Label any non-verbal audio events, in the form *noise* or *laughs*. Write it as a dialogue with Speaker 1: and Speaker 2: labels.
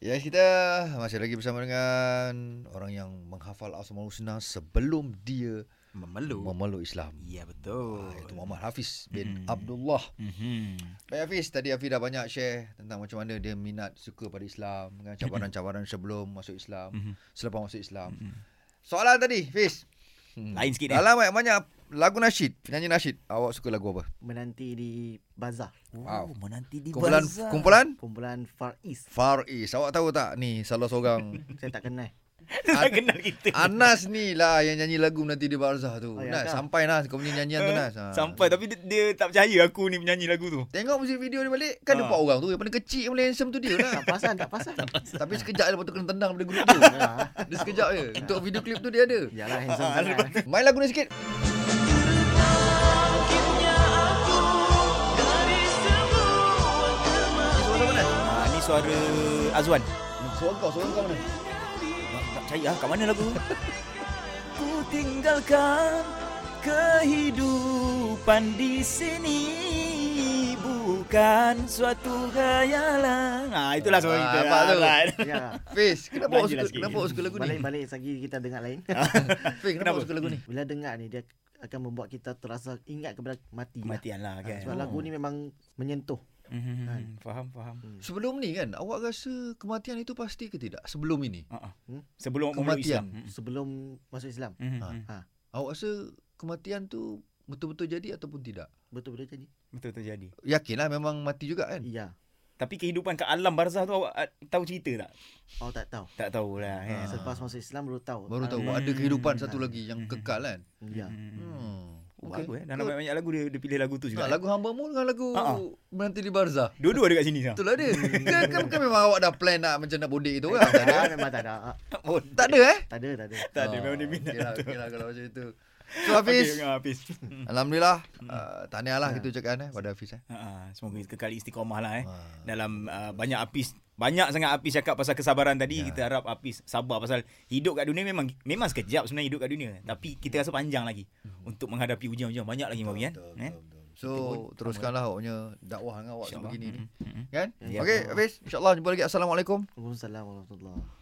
Speaker 1: Ya kita masih lagi bersama dengan orang yang menghafal Asmaul Husna sebelum dia
Speaker 2: Memeluk.
Speaker 1: memeluk Islam.
Speaker 2: ya betul. Hmm.
Speaker 1: Ah, Itu Muhammad Hafiz bin
Speaker 2: Mm-mm.
Speaker 1: Abdullah.
Speaker 2: Mhm.
Speaker 1: Baik Hafiz, tadi Hafiz dah banyak share tentang macam mana dia minat suka pada Islam dengan
Speaker 2: Hmm.
Speaker 1: cabaran-cabaran sebelum masuk Islam,
Speaker 2: Mhm.
Speaker 1: selepas masuk Islam.
Speaker 2: Mhm.
Speaker 1: Soalan tadi, Hafiz. Hmm.
Speaker 2: Lain sikit dia.
Speaker 1: Dalam banyak lagu nasyid, penyanyi nasyid, awak suka lagu apa?
Speaker 3: menanti di bazar
Speaker 1: Wow.
Speaker 2: Oh, menanti di
Speaker 1: Kumpulan
Speaker 2: bazar. *laughs*
Speaker 1: kumpulan
Speaker 3: kumpulan Far East
Speaker 1: Far East. Awak tahu tak ni salah
Speaker 2: *laughs*
Speaker 1: seorang
Speaker 3: saya tak kenal
Speaker 2: Dia tak kenal kita.
Speaker 1: Anas ni lah yang nyanyi lagu nanti di Barzah tu.
Speaker 3: Oh, ya
Speaker 1: Nas,
Speaker 3: ke?
Speaker 1: sampai Nas kau punya nyanyian tu Nas. Ha.
Speaker 2: Sampai tapi dia, dia tak percaya aku ni menyanyi lagu tu.
Speaker 1: Tengok muzik video dia balik Kan ha.
Speaker 2: Ha.
Speaker 1: empat orang tu Yang paling kecil Yang paling handsome tu dia lah
Speaker 3: tak pasal tak pasal
Speaker 1: Tapi sekejap je Lepas tu kena tendang Daripada grup tu
Speaker 3: *laughs* ya
Speaker 1: Dia sekejap je Untuk video klip tu dia ada Ha.
Speaker 3: Yalah handsome sangat
Speaker 1: Main lagu ni sikit
Speaker 2: Ha, ni suara Azwan.
Speaker 1: Suara kau Suara kau mana
Speaker 2: Tak tak percaya ah, kat mana lagu? *laughs* Ku tinggalkan kehidupan di sini bukan suatu khayalan. Ah itulah suara
Speaker 1: Ah,
Speaker 2: kita.
Speaker 1: nampak tu.
Speaker 2: Alright.
Speaker 3: ya
Speaker 1: Fiz Kenapa awak
Speaker 2: Lanjut
Speaker 1: suka
Speaker 2: lah sikit.
Speaker 1: Kenapa awak suka lagu ni Ah.
Speaker 3: balik-balik lagi kita dengar lain
Speaker 1: Fiz kenapa
Speaker 2: Kenapa?
Speaker 1: awak suka lagu ni
Speaker 3: bila dengar ni dia akan membuat kita terasa ingat kepada mati lah.
Speaker 2: Kematian lah kan.
Speaker 3: Ha, sebab
Speaker 1: Oh.
Speaker 3: lagu ni memang menyentuh
Speaker 1: Kan?
Speaker 2: Mhm, Faham faham.
Speaker 1: Sebelum ni kan Awak rasa Kematian itu pasti ke tidak Sebelum ini
Speaker 2: Ah, ah.
Speaker 3: Hmm?
Speaker 2: Sebelum memeluk
Speaker 1: Kematian. Hmm.
Speaker 2: Islam. Mhm.
Speaker 3: sebelum masuk Islam
Speaker 2: Mhm,
Speaker 1: Ha.
Speaker 2: mhm.
Speaker 1: Awak rasa Kematian tu Betul-betul jadi Ataupun tidak
Speaker 3: betul-betul jadi
Speaker 1: Hmm.
Speaker 2: hmm. Betul terjadi.
Speaker 1: Yakinlah memang mati juga kan
Speaker 3: ya
Speaker 2: Tapi kehidupan kat alam barzah tu awak ah, tahu cerita tak?
Speaker 3: oh tak tahu
Speaker 2: Tak tahulah kan.
Speaker 1: Ah.
Speaker 3: selepas masuk Islam baru tahu Ah,
Speaker 1: Baru tahu
Speaker 2: Hmm.
Speaker 1: Ada kehidupan satu lagi Yang
Speaker 2: Hmm.
Speaker 1: kekal kan
Speaker 3: ya
Speaker 2: Hmm.
Speaker 1: Hmm
Speaker 2: Oh,
Speaker 1: Okey. lah.
Speaker 2: Bagus eh. Dalam
Speaker 1: Kau-
Speaker 2: banyak-banyak lagu dia, dia pilih lagu tu juga.
Speaker 1: Nak
Speaker 2: eh.
Speaker 1: lagu hamba mu dengan lagu
Speaker 2: Ha, ha.
Speaker 1: Menanti di Barzah
Speaker 2: Dua-dua ada kat sini sekarang.
Speaker 1: Itulah dia. Kan, kan, kan memang awak dah plan nak macam nak bodek tu kan?
Speaker 3: *laughs* tak ada memang tak ada Ah,
Speaker 2: Oh,
Speaker 1: tak ada eh?
Speaker 3: tak ada tak ada
Speaker 2: tak ada memang dia minat.
Speaker 1: okay lah,
Speaker 2: tu.
Speaker 1: okay lah kalau macam itu. So *laughs* Hafiz,
Speaker 2: Okey, ah, Hafiz. *laughs*
Speaker 1: Alhamdulillah. Uh, tahniah lah
Speaker 3: Ya.
Speaker 1: kita ucapkan eh pada Hafiz eh.
Speaker 2: Ha, ah, semoga kekal istiqamah lah eh.
Speaker 1: Ah.
Speaker 2: Dalam ah, banyak Hafiz banyak sangat Hafiz cakap pasal kesabaran
Speaker 1: Ya.
Speaker 2: tadi. Kita harap Hafiz sabar pasal hidup kat dunia memang memang sekejap sebenarnya hidup kat dunia. Tapi kita rasa panjang lagi untuk menghadapi ujian-ujian banyak lagi Mawi kan.
Speaker 1: Hmm. Betul,
Speaker 2: Eh?
Speaker 1: betul, betul. So teruskanlah awak punya dakwah dengan awak
Speaker 2: InsyaAllah.
Speaker 1: sebegini ni.
Speaker 2: Mm-mm, mm-mm.
Speaker 1: Kan?
Speaker 3: Ya.
Speaker 1: Okey Hafiz, insyaAllah jumpa lagi. Assalamualaikum.
Speaker 3: Waalaikumsalam warahmatullahi